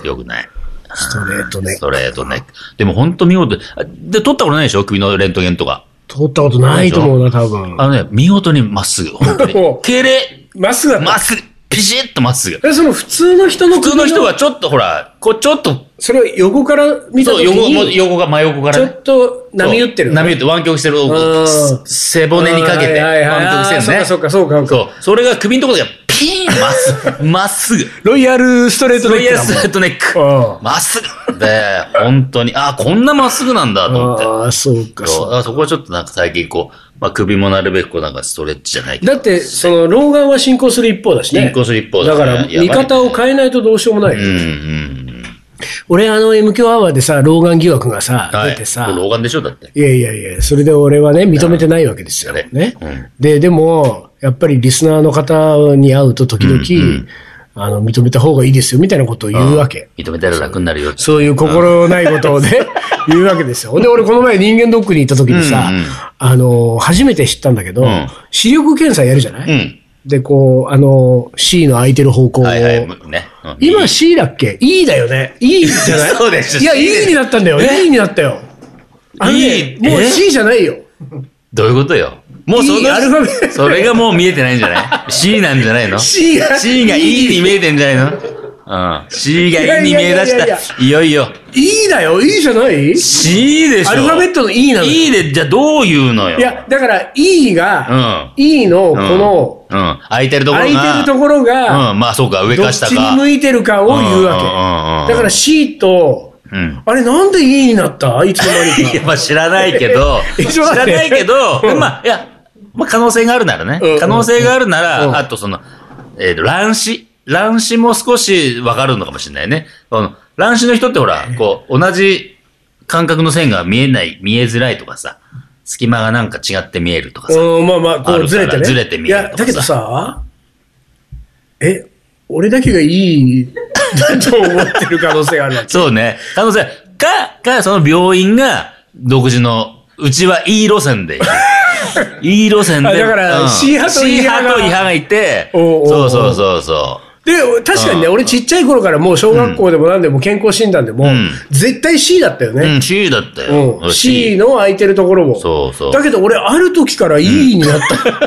Speaker 2: よくない。
Speaker 1: ストレートね
Speaker 2: ス。トレートね。でも本当見事。あで、撮ったことないでしょ首のレントゲンとか。
Speaker 1: 通ったことないと思うな、多分。
Speaker 2: あのね、見事にまっすぐ。本当に
Speaker 1: お。
Speaker 2: 敬礼
Speaker 1: まっすぐだった。
Speaker 2: まっすぐピシッとまっすぐ。
Speaker 1: えその普通の人の
Speaker 2: 普通の人はちょっとほら、こうちょっと、
Speaker 1: それを横から見た
Speaker 2: そう、
Speaker 1: 時
Speaker 2: 横も
Speaker 1: に、
Speaker 2: 横が真横から
Speaker 1: ちょ
Speaker 2: ね。
Speaker 1: っと波打ってる。
Speaker 2: 波打って湾曲してる
Speaker 1: うん。
Speaker 2: 背骨にかけて
Speaker 1: はいはいはい
Speaker 2: 湾曲して
Speaker 1: あー
Speaker 2: るね。
Speaker 1: そうかそうかそうか
Speaker 2: そう。それが首のところがピーンまっすぐ。 まっすぐ。
Speaker 1: ロイヤルストレート
Speaker 2: ロ
Speaker 1: ネ
Speaker 2: イ
Speaker 1: ッ
Speaker 2: ヤ
Speaker 1: クだ
Speaker 2: ル
Speaker 1: もん
Speaker 2: ストレートネック。
Speaker 1: あ
Speaker 2: まっすぐ。で、本当に、あーこんなまっすぐなんだと思って。
Speaker 1: あー、そうか
Speaker 2: そう
Speaker 1: そ
Speaker 2: だからそこはちょっとなんか最近こう、まあ首もなるべくこうなんかストレッチじゃないけ
Speaker 1: う。
Speaker 2: ど。
Speaker 1: だって、その、老眼は進行する一方だしね。
Speaker 2: 進行する一方だ
Speaker 1: だ
Speaker 2: ね
Speaker 1: から、
Speaker 2: やばい
Speaker 1: 見方を変えないとどうしようもない。
Speaker 2: うんうん。
Speaker 1: 俺、あの、M 響アワーでさ、老眼疑惑がさ、
Speaker 2: はい。
Speaker 1: 出てさ、
Speaker 2: 老眼でしょだって。
Speaker 1: いやいやいや、それで俺はね、認めてないわけですよ。
Speaker 2: うん
Speaker 1: ね
Speaker 2: うん。
Speaker 1: で、でも、やっぱりリスナーの方に会うと時々、あの、認めた方がいいですよ、みたいなことを言うわけ。
Speaker 2: 認めたら楽になるよって。
Speaker 1: そういう心ないこと をね、言うわけですよ。ほんで、俺この前人間ドックに行った時にさ、
Speaker 2: うんうん
Speaker 1: あの、初めて知ったんだけど、
Speaker 2: うん
Speaker 1: 視力検査やるじゃない、
Speaker 2: うん。
Speaker 1: で、こう、あの、C の空いてる方向を。
Speaker 2: はいはい。ね。うん
Speaker 1: 今 C だっけ ?E だよね。E じゃない
Speaker 2: そうです
Speaker 1: いや、
Speaker 2: C です
Speaker 1: E になったんだよ。E になったよ。あのね
Speaker 2: E
Speaker 1: もう
Speaker 2: え
Speaker 1: C じゃないよ。
Speaker 2: どういうことよ。もうその、
Speaker 1: いいアルファベット
Speaker 2: それがもう見えてないんじゃない ?C なんじ ゃないの
Speaker 1: C が
Speaker 2: C が E に見えてんじゃないのうん。C が E に見
Speaker 1: いやいや
Speaker 2: え出
Speaker 1: いやい
Speaker 2: した。いよいよ。
Speaker 1: E だよ。E じゃない
Speaker 2: C でしょ。
Speaker 1: アルファベットの E なのよ。
Speaker 2: E で、じゃあどういうのよ。
Speaker 1: いや、だから E が、
Speaker 2: う
Speaker 1: E のこ
Speaker 2: うん、
Speaker 1: の、
Speaker 2: うん。空いてるところ
Speaker 1: 空
Speaker 2: が。
Speaker 1: いてるところが、
Speaker 2: うん。まあそうか、上
Speaker 1: ど
Speaker 2: か
Speaker 1: っち
Speaker 2: 下
Speaker 1: に
Speaker 2: か。
Speaker 1: 向いてるかを言うわ
Speaker 2: うんうんうんうん
Speaker 1: け。だから C と、
Speaker 2: うん。
Speaker 1: あれなんで E になったいつの間
Speaker 2: い
Speaker 1: に
Speaker 2: や、
Speaker 1: か。
Speaker 2: まあ知らないけ
Speaker 1: 、
Speaker 2: ど
Speaker 1: え
Speaker 2: 知らないけど、まあ、いや、まあ可能性があるなら
Speaker 1: うんうん
Speaker 2: ね。可能性があるな
Speaker 1: うん
Speaker 2: ら、あとその、えっと、乱視。乱視も少しわかるのかもしれないね。その乱視の人ってほら、こう、同じ感覚の線が見えない、見えづらいとかさ、隙間がなんか違って見えるとかさ。
Speaker 1: うん、まあまあ、こ
Speaker 2: あるか
Speaker 1: う
Speaker 2: ら
Speaker 1: ずれてね。
Speaker 2: ずれて見
Speaker 1: い
Speaker 2: える
Speaker 1: や、
Speaker 2: とかさ
Speaker 1: だけどさ、え、俺だけが E だと思ってる可能性があるわけ。
Speaker 2: そうね。可能性、か、か、その病院が独自の、うちは E 路線 で行く。E 路線
Speaker 1: あ
Speaker 2: で。
Speaker 1: だから
Speaker 2: うん
Speaker 1: C 派と E 派が
Speaker 2: C と E 派がいて、
Speaker 1: おうおうおう
Speaker 2: そうそうそうそう。
Speaker 1: で、確かにね、
Speaker 2: うん
Speaker 1: 俺ちっちゃい頃からもう小学校でも何でも健康診断でも
Speaker 2: うん、
Speaker 1: 絶対 C だったよ
Speaker 2: う
Speaker 1: ね
Speaker 2: ん、。C だったよ。
Speaker 1: うん、C の空いてるところを。
Speaker 2: そうそう
Speaker 1: だけど俺、ある時から E になった。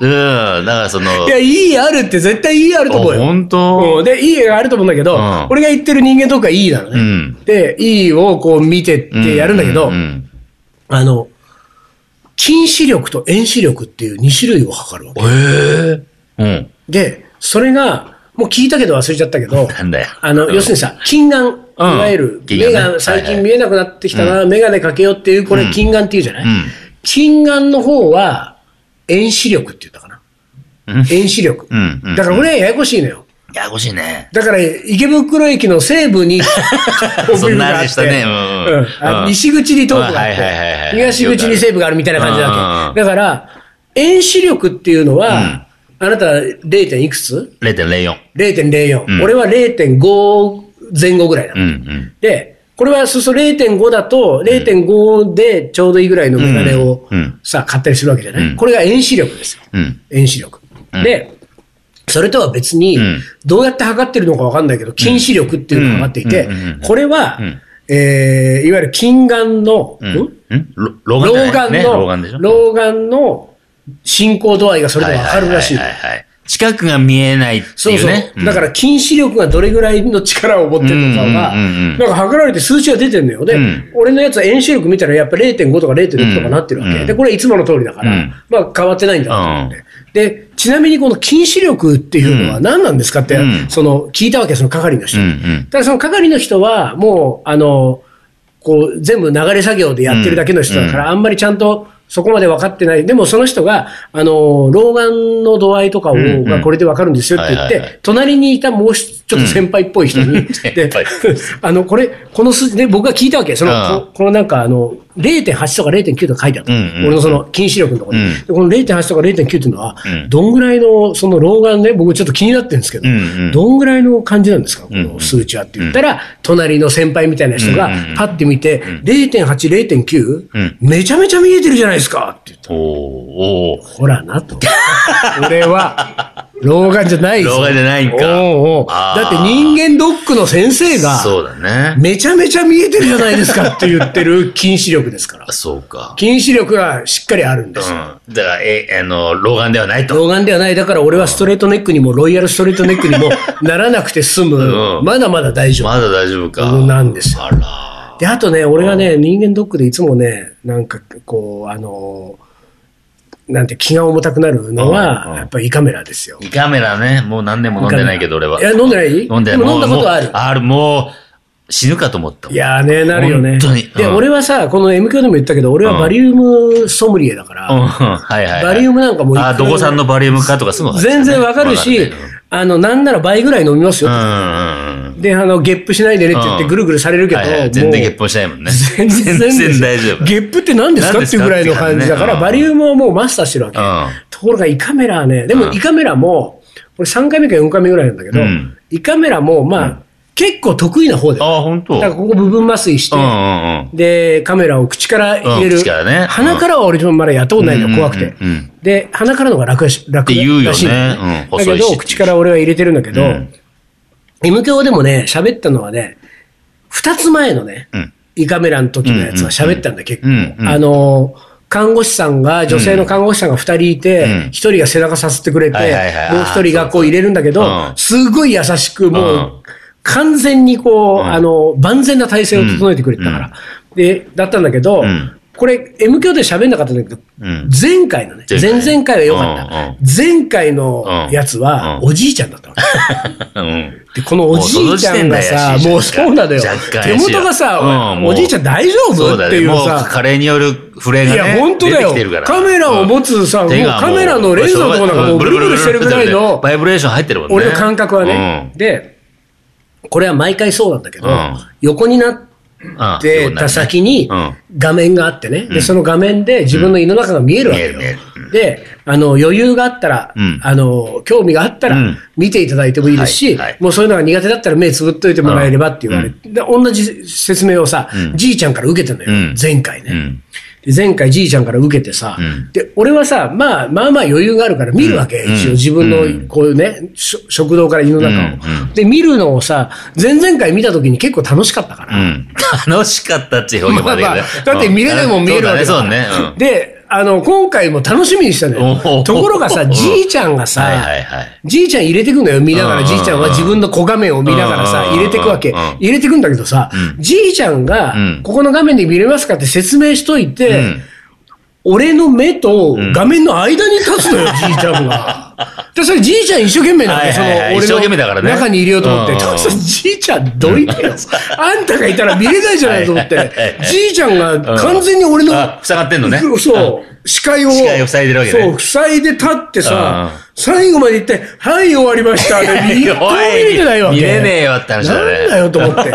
Speaker 2: うん、だからそ の、
Speaker 1: いや、E あるって絶対 E あると思うよ。
Speaker 2: あ本当
Speaker 1: うん、で、E があると思うんだけど、
Speaker 2: うん
Speaker 1: 俺が言ってる人間とか E なの
Speaker 2: う
Speaker 1: ね。
Speaker 2: ん。
Speaker 1: で、E をこう見てってやるんだけど、
Speaker 2: ううん
Speaker 1: あの、近視力と遠視力っていう2種類を測るわけ。
Speaker 2: ええうん。
Speaker 1: で、それが、もう聞いたけど忘れちゃったけど、
Speaker 2: なんだよ。
Speaker 1: あの、要するにさ、近眼、い
Speaker 2: うん
Speaker 1: わゆる、
Speaker 2: 近
Speaker 1: 目
Speaker 2: 眼ねはいは
Speaker 1: が
Speaker 2: い
Speaker 1: 最近見えなくなってきたな、眼鏡かけようっていう、これ近眼っていうじゃない、
Speaker 2: うん
Speaker 1: 近眼の方は、遠視力って言ったかな。
Speaker 2: うん
Speaker 1: 遠視力。
Speaker 2: うんうん
Speaker 1: だからこれはややこしいのよ。
Speaker 2: ややこしいね。
Speaker 1: だから、池袋駅の西部 に、
Speaker 2: そんな話したね
Speaker 1: う
Speaker 2: うんん
Speaker 1: あ
Speaker 2: うん
Speaker 1: 西口に東部があっ
Speaker 2: はいはいはいは
Speaker 1: て
Speaker 2: い、
Speaker 1: 東口に西部があるみたいな感じなわけ。
Speaker 2: う
Speaker 1: だから、遠視力っていうのは、あなた 0. 点いくつ
Speaker 2: 0.04。
Speaker 1: ?0.04、
Speaker 2: うん
Speaker 1: 俺は0.5前後ぐらいだ、
Speaker 2: うんうん。
Speaker 1: で、これはそうそう0.5だと、0.5でちょうどいいぐらいの眼鏡を
Speaker 2: うんうん
Speaker 1: さ、買ったりするわけじゃない、
Speaker 2: うん
Speaker 1: これが遠視力ですよ。
Speaker 2: うん。
Speaker 1: 遠視力。
Speaker 2: うん
Speaker 1: で、それとは別に
Speaker 2: うん、
Speaker 1: どうやって測ってるのかわかんないけど、近視力っていうのが測っていて
Speaker 2: うんうんうんうん、
Speaker 1: これは
Speaker 2: うん、
Speaker 1: えーいわゆる近眼の、
Speaker 2: うん
Speaker 1: ん
Speaker 2: んろ老
Speaker 1: 老
Speaker 2: 眼じゃない
Speaker 1: 眼
Speaker 2: ね老眼でし
Speaker 1: の、
Speaker 2: ょ
Speaker 1: 老眼の進行度合いがそれでわかるらしい
Speaker 2: は。ははいはいはい。近くが見えないって
Speaker 1: そう
Speaker 2: いう
Speaker 1: そう
Speaker 2: ね。。ん
Speaker 1: だから、近視力がどれぐらいの力を持ってるのかが、
Speaker 2: うんうんうんうん
Speaker 1: なんか測られて数値が出てるのよ。で
Speaker 2: うん、
Speaker 1: 俺のやつは遠視力見たらやっぱ0.5とか0.6とかなってるわ
Speaker 2: う
Speaker 1: け。
Speaker 2: ん
Speaker 1: で、これいつもの通りだか
Speaker 2: う
Speaker 1: ら
Speaker 2: ん、
Speaker 1: まあ変わってないんだなと思って。で、ちなみにこの近視力っていうのは何なんですかって
Speaker 2: う、ん
Speaker 1: その、聞いたわけ、その係の人
Speaker 2: うん
Speaker 1: に
Speaker 2: う。ん。
Speaker 1: ただその係の人は、もう、あの、こう、全部流れ作業でやってるだけの人だから、
Speaker 2: う
Speaker 1: あんまりちゃんとそこまで分かってない。でもその人が、あの、老眼の度合いとかを、
Speaker 2: んうん
Speaker 1: がこれで分かるんですよって言っ
Speaker 2: はいはいは
Speaker 1: て、隣にいたもうしちょっと先輩っぽい人に、
Speaker 2: 先輩
Speaker 1: で、あの、これ、この数字で僕が聞いたわけ。その、
Speaker 2: うん
Speaker 1: ここのなんか、あの、0.8とか0.9とか書いてあった。
Speaker 2: うんうんうん
Speaker 1: 俺のその、近視力のところに。
Speaker 2: うん
Speaker 1: でこの0.8とか0.9っていうのは、
Speaker 2: うん
Speaker 1: どんぐらいの、その老眼ね、僕ちょっと気になってるんですけど、
Speaker 2: うんうん
Speaker 1: どんぐらいの感じなんですか、こ
Speaker 2: うんう
Speaker 1: の
Speaker 2: ん
Speaker 1: 数値はって言ったら、隣の先輩みたいな人が
Speaker 2: うんうんう、ん
Speaker 1: パッて見て、0.8、0.9、
Speaker 2: うん
Speaker 1: めちゃめちゃ見えてるじゃないですかって言って
Speaker 2: おーおー
Speaker 1: ほらなと。俺は、老眼じゃない
Speaker 2: 老眼じゃないんか
Speaker 1: おうおう
Speaker 2: あー
Speaker 1: だって人間ドックの先生が、
Speaker 2: そうだね。
Speaker 1: めちゃめちゃ見えてるじゃないですかって言ってる近視力ですから。
Speaker 2: そうか。
Speaker 1: 近視力がしっかりあるんで
Speaker 2: う
Speaker 1: すよ。
Speaker 2: ん。だから、え、あの、老眼ではないと。
Speaker 1: 老眼ではない。だから俺はストレートネックにも、ロイヤルストレートネックに もならなくて済む
Speaker 2: う。ん
Speaker 1: まだまだ大丈夫。
Speaker 2: まだ大丈夫か。
Speaker 1: なんですよ
Speaker 2: あら。
Speaker 1: で、あとね、俺がね、人間ドックでいつもね、なんかこう、あのーなんて気が重たくなるの
Speaker 2: うんう
Speaker 1: は、
Speaker 2: ん
Speaker 1: やっぱり胃カメラですよ。
Speaker 2: 胃カメラね、もう何年も飲んでないけど、俺は。
Speaker 1: いや、飲んでない
Speaker 2: 飲んで
Speaker 1: でも飲んだ
Speaker 2: もう
Speaker 1: ことある
Speaker 2: もう。ある、もう、死ぬかと思った。
Speaker 1: いやーね、なるよね。
Speaker 2: 本当に
Speaker 1: で、
Speaker 2: うん
Speaker 1: 俺はさ、この M 教でも言ったけど、俺はバリウムソムリエだから、
Speaker 2: うん、はいはいはい。
Speaker 1: バリウムなんかもういくら
Speaker 2: あ、どこさんのバリウムかとかすぐ分かる
Speaker 1: 全然わかるし、
Speaker 2: わかるね
Speaker 1: あの、なんなら倍ぐらい飲みます
Speaker 2: うん
Speaker 1: よ。
Speaker 2: うんうん。
Speaker 1: で、あの、ゲップしないでねって言って
Speaker 2: うん
Speaker 1: ぐるぐるされるけど、
Speaker 2: はいは
Speaker 1: も
Speaker 2: いう全然ゲップもしないもんね。
Speaker 1: 全然です
Speaker 2: 全然大丈夫。
Speaker 1: ゲップって何ですか
Speaker 2: 何で
Speaker 1: ってい
Speaker 2: す
Speaker 1: う
Speaker 2: か
Speaker 1: ぐらいの感じだから、
Speaker 2: って感じねうん
Speaker 1: バリウムはもうマスターしてるわけ。
Speaker 2: うん
Speaker 1: ところが胃カメラはね、でも
Speaker 2: うん
Speaker 1: 胃カメラも、これ3回目か4回目ぐらいなんだけど
Speaker 2: うん、
Speaker 1: 胃カメラも、まあ、結構得意な方だよ。
Speaker 2: あ、本当。
Speaker 1: だからここ部分麻酔して
Speaker 2: うん、うんうん。
Speaker 1: で、カメラを口から入れ
Speaker 2: う
Speaker 1: る。
Speaker 2: ん口からねうん
Speaker 1: 鼻からは俺もまだやったことないの、怖くて
Speaker 2: うんうんうん。
Speaker 1: で、鼻からの方が楽やし、楽
Speaker 2: って言うよね
Speaker 1: らしいのね。
Speaker 2: う
Speaker 1: だ
Speaker 2: ん細
Speaker 1: け
Speaker 2: いし
Speaker 1: ど、口から俺は入れてるんだけど
Speaker 2: う、ん
Speaker 1: M 教でもね、喋ったのはね、二つ前のね、
Speaker 2: うん。
Speaker 1: 胃カメラの時のやつは喋ったんだ、結構
Speaker 2: うんうんう。ん
Speaker 1: あのー、看護師さんが、女性の看護師さんが二人いて
Speaker 2: うん、
Speaker 1: 一人が背中さすってくれて、
Speaker 2: はいはいはい
Speaker 1: もう一人がこう入れるんだけ
Speaker 2: あ
Speaker 1: ど、
Speaker 2: ー
Speaker 1: すごい優しく、も
Speaker 2: う、
Speaker 1: うん完全にこう、
Speaker 2: ん
Speaker 1: あの、万全な体制を整えてくれてたから。で、だったんだけど
Speaker 2: うん、
Speaker 1: これ、M 教で喋んなかったんだけど、
Speaker 2: うん
Speaker 1: 前回のね、
Speaker 2: 前
Speaker 1: 前
Speaker 2: 回
Speaker 1: 々回は良かっ
Speaker 2: うん
Speaker 1: た。前回のやつは、
Speaker 2: うん
Speaker 1: おじいちゃんだったわけ。
Speaker 2: うん。
Speaker 1: で、このおじいちゃんがさ、も
Speaker 2: も
Speaker 1: う
Speaker 2: う
Speaker 1: そ
Speaker 2: そうう
Speaker 1: な
Speaker 2: な
Speaker 1: の
Speaker 2: の
Speaker 1: よ
Speaker 2: よ。若
Speaker 1: 手
Speaker 2: 干やし
Speaker 1: 元がさ、
Speaker 2: うんもう
Speaker 1: おじいちゃん大丈
Speaker 2: そう
Speaker 1: 夫
Speaker 2: だ
Speaker 1: っ
Speaker 2: ね
Speaker 1: ていう
Speaker 2: もう
Speaker 1: さ、
Speaker 2: 加齢による触れ
Speaker 1: い
Speaker 2: がね。
Speaker 1: や、本当だ
Speaker 2: 出てきてるか
Speaker 1: よ。
Speaker 2: ら
Speaker 1: カメラを持つさ、もう
Speaker 2: 手が
Speaker 1: カメラのレーザーのとこなんかもうブルブルしてるぐらいの、
Speaker 2: バイブレーション入ってるもんね。
Speaker 1: 俺の感覚はね。
Speaker 2: うん。
Speaker 1: で、これは毎回そうなんだけど
Speaker 2: うん、
Speaker 1: 横になっ
Speaker 2: あ
Speaker 1: てた先に
Speaker 2: うん
Speaker 1: 画面があってね、で、その画面で自分の胃の中が見えるわけ
Speaker 2: う
Speaker 1: よ
Speaker 2: ん見える見える。
Speaker 1: で、あの、余裕があったら
Speaker 2: うん、
Speaker 1: あの、興味があった
Speaker 2: う
Speaker 1: ら
Speaker 2: ん、
Speaker 1: 見ていただいてもいいですし
Speaker 2: はいはい、
Speaker 1: もうそういうのが苦手だったら目つぶっといてもらえればって言われて、で同じ説明をさ、
Speaker 2: うん
Speaker 1: じいちゃんから受けたの
Speaker 2: う
Speaker 1: よ
Speaker 2: ん、
Speaker 1: 前回
Speaker 2: う
Speaker 1: ね。
Speaker 2: ん。
Speaker 1: で前回じいちゃんから受けてさ、
Speaker 2: うん
Speaker 1: で、俺はさ、まあ、まあまあ余裕があるから見るわけ、
Speaker 2: うん
Speaker 1: 一応
Speaker 2: うん
Speaker 1: 自分
Speaker 2: う
Speaker 1: の
Speaker 2: ん
Speaker 1: こういうね、しょ食堂から胃の中を、
Speaker 2: うんう
Speaker 1: で、見るのをさ、前々回見た時に結構楽しかったから。
Speaker 2: うん。 楽しかったっていう表
Speaker 1: ま
Speaker 2: 現もあ
Speaker 1: あ
Speaker 2: る
Speaker 1: ま
Speaker 2: け
Speaker 1: あ
Speaker 2: どね。
Speaker 1: だって見れないもん見えるわけだ
Speaker 2: そ
Speaker 1: か
Speaker 2: うだね、
Speaker 1: ら
Speaker 2: そうだね。
Speaker 1: で、あの、今回も楽しみにしたの
Speaker 2: お
Speaker 1: よ。
Speaker 2: お
Speaker 1: ところがさ、
Speaker 2: うん
Speaker 1: じいちゃんが
Speaker 2: うん。はい
Speaker 1: さ、
Speaker 2: はいはい。
Speaker 1: じいちゃん入れてくんだよ、見なが
Speaker 2: う
Speaker 1: ら。
Speaker 2: ん
Speaker 1: じいちゃんは自分の小画面を見ながらさ、
Speaker 2: うん
Speaker 1: 入れてくわけ
Speaker 2: うん。
Speaker 1: 入れてくんだけどさ、
Speaker 2: うん
Speaker 1: じいちゃんが
Speaker 2: うん、
Speaker 1: ここの画面で見れますかって説明しといて、
Speaker 2: うん
Speaker 1: 俺の目と画面の間に立つ のよ、じいちゃんが。で、それじいちゃん一生懸命なんだよ、その
Speaker 2: はいはいはい
Speaker 1: 俺
Speaker 2: 一生懸命だか
Speaker 1: の
Speaker 2: らね
Speaker 1: 中に入れようと思って。
Speaker 2: うんうんうん
Speaker 1: そしたらじいちゃん、どいてよ。あんたがいたら見れないじゃないと思っ
Speaker 2: はいはい
Speaker 1: て
Speaker 2: は。い
Speaker 1: じいちゃんが完全に俺の、
Speaker 2: あ塞がってんのね
Speaker 1: そう、視界を。
Speaker 2: 視界を塞いでるわけね
Speaker 1: そう、塞いで立ってさ
Speaker 2: うん、
Speaker 1: 最後まで行って、はい、終わりました。 で、一個も見れてないわけ。
Speaker 2: 見れねえよって話だね。
Speaker 1: なんだよと思 って。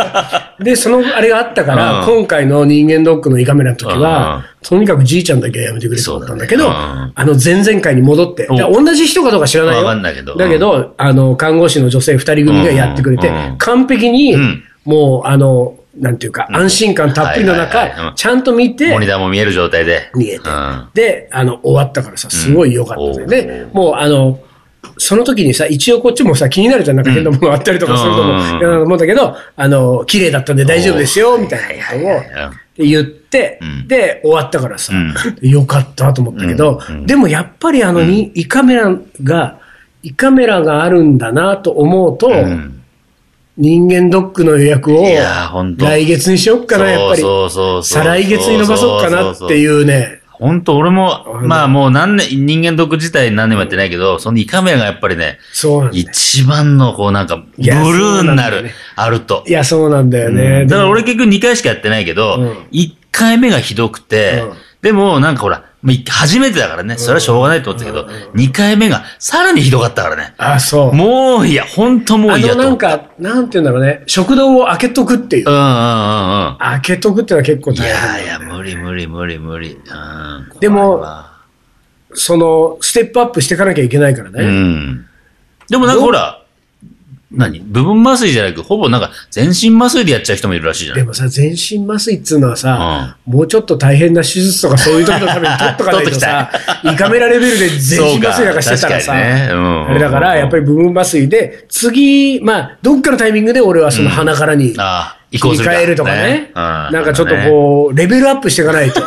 Speaker 1: で、そのあれがあったから、
Speaker 2: うん
Speaker 1: 今回の人間ドックの胃カメラの時
Speaker 2: うんう
Speaker 1: は
Speaker 2: ん、
Speaker 1: とにかくじいちゃんだけはやめてくれと思ったんだけど、
Speaker 2: そうだねうん
Speaker 1: あの前々回に戻って、
Speaker 2: お
Speaker 1: だから同じ人かどうか知らないよ。
Speaker 2: わかんないけど
Speaker 1: だけど、あの、看護師の女性二人組がやってくれて、
Speaker 2: うんうん
Speaker 1: 完璧に、
Speaker 2: うん
Speaker 1: もう、あの、なんていうか、安心感たっぷりの中、
Speaker 2: はいはいはいうん
Speaker 1: ちゃんと見て、
Speaker 2: モニターも見える状態で。
Speaker 1: 見えて
Speaker 2: うん。
Speaker 1: で、あの、終わったからさ、すごい良かったね、
Speaker 2: うん
Speaker 1: で
Speaker 2: お、ー
Speaker 1: もうあの、その時にさ、一応こっちもさ、気になるじゃん、なんか変なものあったりとかすると
Speaker 2: うん
Speaker 1: 思う嫌だと思うんだけど、あの、綺麗だったんで大丈夫ですよ、みたいなことをで言って
Speaker 2: うん、
Speaker 1: で、終わったからさ
Speaker 2: うん、
Speaker 1: 良かったと思ったけど
Speaker 2: うんう、ん
Speaker 1: でもやっぱりあの、に胃カメラが、胃カメラがあるんだなと思うと、
Speaker 2: うん
Speaker 1: 人間ドックの予約を
Speaker 2: いやーほんと
Speaker 1: 来月にしよっかな、やっぱり。
Speaker 2: そうそうそうそう
Speaker 1: 再来月に伸ばそうかなっていうね。
Speaker 2: 本当俺も、まあもう何年、人間毒自体何年もやってないけど、その胃カメラがやっぱりね、
Speaker 1: そうなんだよ
Speaker 2: 一番のこうなんか、ブ
Speaker 1: いや
Speaker 2: ルーに
Speaker 1: そうな
Speaker 2: なん
Speaker 1: だよ
Speaker 2: る
Speaker 1: ね、
Speaker 2: あると
Speaker 1: い。や、そうなんだよ
Speaker 2: う
Speaker 1: ね。
Speaker 2: んだから
Speaker 1: で
Speaker 2: 俺結局2回しかやってないけど、
Speaker 1: うん
Speaker 2: 1回目がひどくて、
Speaker 1: うん
Speaker 2: でもなんかほら、まあい初めてだからね、それはしょうがないと思ってたけど、
Speaker 1: うん
Speaker 2: 2回目がさらにひどかったからね。
Speaker 1: もあ、そう。
Speaker 2: もういや、本当も
Speaker 1: あ
Speaker 2: ういや
Speaker 1: の、
Speaker 2: と
Speaker 1: な
Speaker 2: 思
Speaker 1: ん
Speaker 2: った。
Speaker 1: か、なんて言うんだろうね。食堂を開けとくっていう
Speaker 2: う。んうんうんうん。
Speaker 1: 開けとくっていうのは結構
Speaker 2: い
Speaker 1: 大変
Speaker 2: やい
Speaker 1: だよ
Speaker 2: や、無理無理無理無理。うん、
Speaker 1: でも
Speaker 2: 怖いわ
Speaker 1: その、ステップアップしていかなきゃいけないから
Speaker 2: う
Speaker 1: ね。
Speaker 2: ん。でもなんかほら、何部分麻酔じゃなく、ほぼなんか全身麻酔でやっちゃう人もいるらしいじゃな
Speaker 1: で
Speaker 2: い
Speaker 1: もさ、全身麻酔っつうのはさ、もうちょっと大変な手術とかそういう時のた めに取っとかないとさ、胃カメラレベルで全身麻酔なんかしてたらさ、
Speaker 2: そうか確かにねうん
Speaker 1: あれだから、やっぱり部分麻酔で、次、まあ、どっかのタイミングで俺はその鼻からに
Speaker 2: ああ、移
Speaker 1: 切
Speaker 2: 行
Speaker 1: り
Speaker 2: する
Speaker 1: 替
Speaker 2: か。
Speaker 1: えるとかね、
Speaker 2: うん
Speaker 1: なんかちょっとこう、レベルアップしていかない と、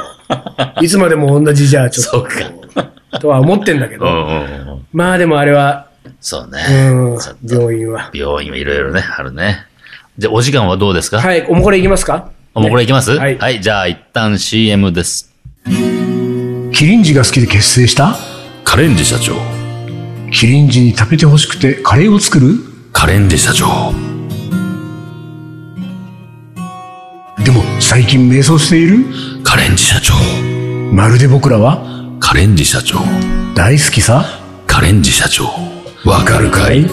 Speaker 1: いつまでも同じじゃちょっとこう、とは思ってんだけ
Speaker 2: う
Speaker 1: ど、
Speaker 2: んうんうん。
Speaker 1: まあでもあれは、
Speaker 2: そう
Speaker 1: う
Speaker 2: ね。
Speaker 1: ん
Speaker 2: ちょっ、と
Speaker 1: 病院は。
Speaker 2: 病院はいろいろね、あるね。じゃあ、お時間はどうですか
Speaker 1: はい、おもこれいきますか
Speaker 2: もうこれいきます
Speaker 1: は
Speaker 2: はいい。じゃあ、一旦 CM です。
Speaker 3: キリンジが好きで結成した
Speaker 2: カレンジ社長。
Speaker 3: キリンジに食べてほしくてカレーを作る
Speaker 2: カレンジ社長。
Speaker 3: でも最近迷走している
Speaker 2: カレンジ社長。
Speaker 3: まるで僕らは
Speaker 2: カレンジ社長。
Speaker 3: 大好きさ
Speaker 2: カレンジ社長。わかるかい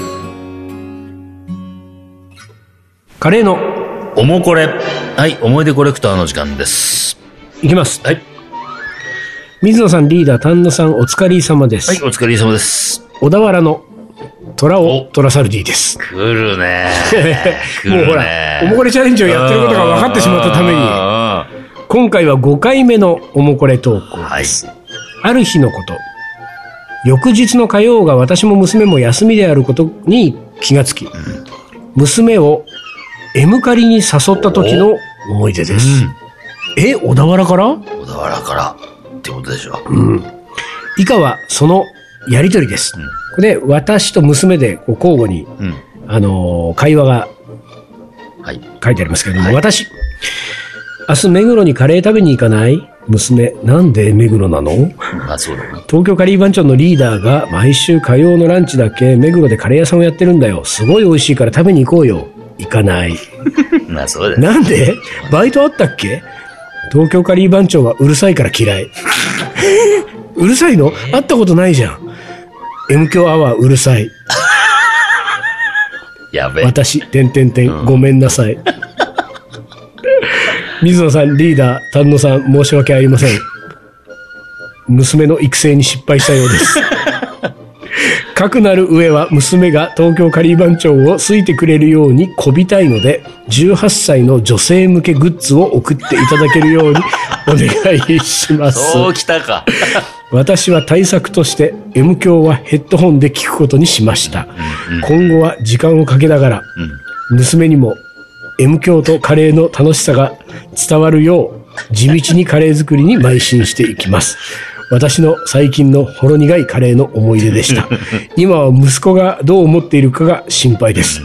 Speaker 1: カレーの、
Speaker 2: おもこれ。はい、思い出コレクターの時間です。
Speaker 1: いきます。
Speaker 2: はい。
Speaker 1: 水野さんリーダー丹野さんお疲れ様です、
Speaker 2: はい、お疲れ様です。
Speaker 1: 小田原の虎を
Speaker 2: お
Speaker 1: 虎サルディです。
Speaker 2: 来るね
Speaker 1: もうほらおもこれチャレンジをやってることが分かってしまったために
Speaker 2: に。
Speaker 1: 今回は5回目のおもこれ投稿
Speaker 2: はい。
Speaker 1: ある日のこと翌日の火曜が私も娘も休みであることに気がつき、娘を M 仮に誘った時の思い出です、え小田原から
Speaker 2: うん。小田原からってことでしょ。
Speaker 1: 以下はそのやりとりです、
Speaker 2: ん
Speaker 1: ここで私と娘でこう交互に
Speaker 2: うん。
Speaker 1: あのー会話が
Speaker 2: はい。
Speaker 1: 書いてありますけれども、
Speaker 2: はい
Speaker 1: 私、明日目黒にカレー食べに行かない娘、なんで目黒なの
Speaker 2: まあ、そうだな。
Speaker 1: 東京カリー番長のリーダーが毎週火曜のランチだけ目黒でカレー屋さんをやってるんだよ。すごい美味しいから食べに行こうよ。行かない。
Speaker 2: まあ、そうだよ。
Speaker 1: なんでバイトあったっけ東京カリー番長はうるさいから嫌い。 うるさいの会ったことないじゃん。M 響アワーうるさい。
Speaker 2: やべえ。
Speaker 1: 私、てんてんてん、ごめんなさい。水野さん、リーダー、丹野さん、申し訳ありません。娘の育成に失敗したよう です。かくなる上は娘が東京カリー番長を好いてくれるようにこびたいので、18歳の女性向けグッズを送っていただけるようにお願いします。
Speaker 2: そうきたか。
Speaker 1: 私は対策として M 響はヘッドホンで聞くことにしました。今後は時間をかけながら、娘にも M 響とカレーの楽しさが伝わるよう、地道にカレー作りに邁進していきます。私の最近のほろ苦いカレーの思い出でした。今は息子がどう思っているかが心配です。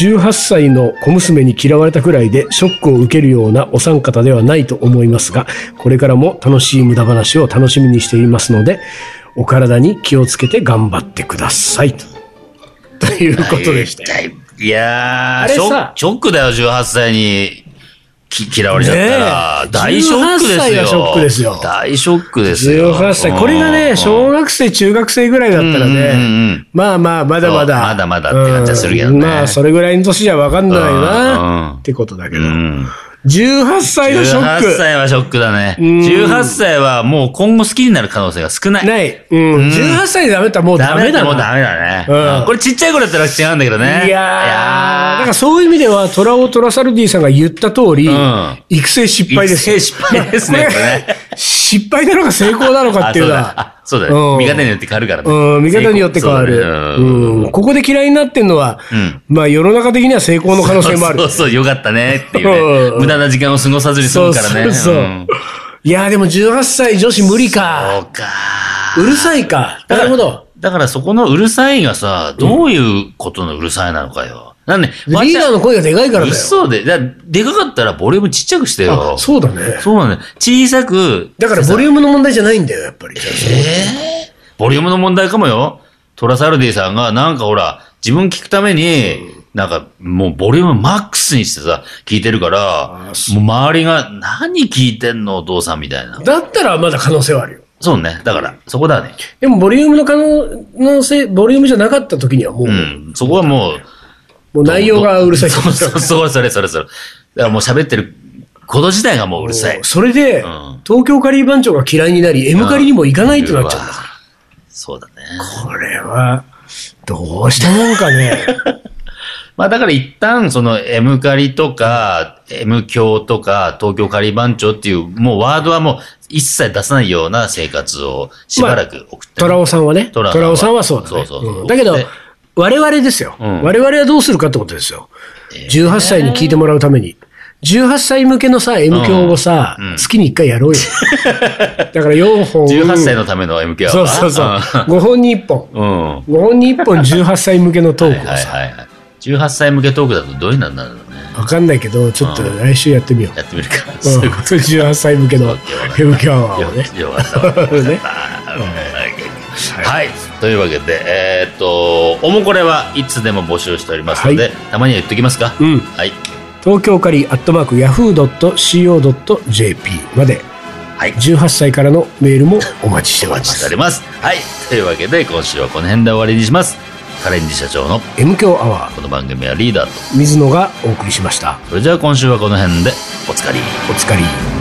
Speaker 1: 18歳の小娘に嫌われたくらいでショックを受けるようなお三方ではないと思いますが、これからも楽しい無駄話を楽しみにしていますので、お体に気をつけて頑張ってください。とということでした。
Speaker 2: はいいや
Speaker 1: あ
Speaker 2: ー
Speaker 1: れ
Speaker 2: ショ
Speaker 1: さ
Speaker 2: ック、ショックだよ、18歳にき嫌われちゃったら。
Speaker 1: ねえ
Speaker 2: 大ショックです
Speaker 1: 18歳
Speaker 2: よ。
Speaker 1: がショックですよ
Speaker 2: 大ショックですよ。
Speaker 1: 18歳。これが
Speaker 2: う
Speaker 1: ね、
Speaker 2: ん
Speaker 1: 小学生、中学生ぐらいだったらね、
Speaker 2: うんうんうん
Speaker 1: まあまあ、まだまだ。
Speaker 2: そうまだまだって感じはするけどね
Speaker 1: うんまあ、それぐらいの年じゃわかんない
Speaker 2: うんうん
Speaker 1: な、ってことだけど。
Speaker 2: うん
Speaker 1: 18歳のショッ
Speaker 2: 18
Speaker 1: ク。
Speaker 2: 歳はショックだね。
Speaker 1: ん
Speaker 2: 18歳はもう今後好きになる可能性が少ない。
Speaker 1: ない。うん。18歳でダメだったらもう
Speaker 2: ダ
Speaker 1: ダ
Speaker 2: メ
Speaker 1: メ
Speaker 2: だ
Speaker 1: だ
Speaker 2: も
Speaker 1: な
Speaker 2: うダメだね。
Speaker 1: うん
Speaker 2: うんこれちっちゃい頃だったら違うんだけどね。
Speaker 1: いやー、だからそういう意味では、トラオ・トラサルディさんが言った通り、
Speaker 2: うん
Speaker 1: 育成失敗です。
Speaker 2: 育成失敗ですね
Speaker 1: まあ
Speaker 2: これね
Speaker 1: これ失敗なのか成功なのか
Speaker 2: あ
Speaker 1: っていう
Speaker 2: そう
Speaker 1: の
Speaker 2: だね
Speaker 1: は、
Speaker 2: あそうだね。
Speaker 1: うん
Speaker 2: 見方によって変わるからね。
Speaker 1: うん、見方によって変わる。
Speaker 2: そううだね
Speaker 1: んここで嫌いになってんのは、
Speaker 2: ん
Speaker 1: まあ世の中的には成功の可能性もある。
Speaker 2: そうそうそう、よかったねっていう
Speaker 1: うん
Speaker 2: ね。無駄な時間を過ごさずに済むからね。
Speaker 1: そうそうそう
Speaker 2: うん
Speaker 1: いやーでも18歳女子無理か。
Speaker 2: そうか。
Speaker 1: うるさいか。なるほど。
Speaker 2: だからそこのうるさいがさ、どういうことのうるさいなのかよ。なんで、
Speaker 1: リーダーの声がでかいからだよ。
Speaker 2: そうで、だでかかったらボリュームちっちゃくして
Speaker 1: あ
Speaker 2: よ。
Speaker 1: そうだね。
Speaker 2: そうなんだよ。小さく。
Speaker 1: だからボリ
Speaker 2: ュー
Speaker 1: ューム
Speaker 2: ム。
Speaker 1: の問題じゃないんだよ、やっぱり。
Speaker 2: えーボリュームの問題かもよ。トラサルディさんがなんかほら、自分聞くために、なんかもうボリュームマックスにしてさ、聞いてるから、もう周りが何聞いてんのお父さんみたいな。
Speaker 1: だったらまだ可能性はあるよ。
Speaker 2: そうね。だから、そこだね。
Speaker 1: でも、ボリュームの可能性、ボリュームじゃなかった時にはもう、
Speaker 2: うん。そこはもう、
Speaker 1: もう内容がうるさい。
Speaker 2: そうそう、そうそれそれそれ。だからもう喋ってること自体がもううるさい。
Speaker 1: それで、
Speaker 2: ん
Speaker 1: 東京カリー番長が嫌いになり、M カリにも行かないとなっちゃうんだ
Speaker 2: そうだね。
Speaker 1: これは、どうしたもんかね。
Speaker 2: まあだから一旦その M 仮とか M 教とか東京仮番長っていうもうワードはもう一切出さないような生活をしばらく送ってる
Speaker 1: 虎尾さんはね。
Speaker 2: 虎尾
Speaker 1: 虎
Speaker 2: さんは
Speaker 1: 尾さんはそうだね。
Speaker 2: そうそうそうん
Speaker 1: だけど
Speaker 2: で、
Speaker 1: 我々ですよ。
Speaker 2: ん
Speaker 1: 我々はどうするかってことですよ。18歳に聞いてもらうために。18歳向けのさ、M 響をさ、
Speaker 2: うんうん
Speaker 1: 月に1回や ろうよ。だから4本。
Speaker 2: 18歳のための M 教は。
Speaker 1: そうそうそう。5本に1本。
Speaker 2: うん。うん。
Speaker 1: 5本に1本18歳向けのト
Speaker 2: はい
Speaker 1: ークを
Speaker 2: はい
Speaker 1: さ。
Speaker 2: はいはい。18歳向けトークだとどういうのになるんだろうね。
Speaker 1: わかんないけど、ちょっと来週やってみよう。
Speaker 2: やってみるか。
Speaker 1: うん、
Speaker 2: そういうこと
Speaker 1: 18歳向けの M 響
Speaker 2: よ
Speaker 1: をね。
Speaker 2: よか ったわかったわ
Speaker 1: ね
Speaker 2: はい、というわけで、えーっと、おもこれはいつでも募集しておりますので、
Speaker 1: は
Speaker 2: たまには言っときますか。
Speaker 1: うん
Speaker 2: はい。
Speaker 1: 東京カリーアットマークヤフー .co.jp まで、
Speaker 2: はい
Speaker 1: 18歳からのメールもお待ちして
Speaker 2: お
Speaker 1: おりま
Speaker 2: 待ちしてお
Speaker 1: す
Speaker 2: ります。はい。というわけで、今週はこの辺で終わりにします。カレンジ社長の
Speaker 1: M 強アワー
Speaker 2: この番組はリーダーと。
Speaker 1: 水野がお送りしました
Speaker 2: それじゃあ今週はこの辺で、おつかり。
Speaker 1: お疲れ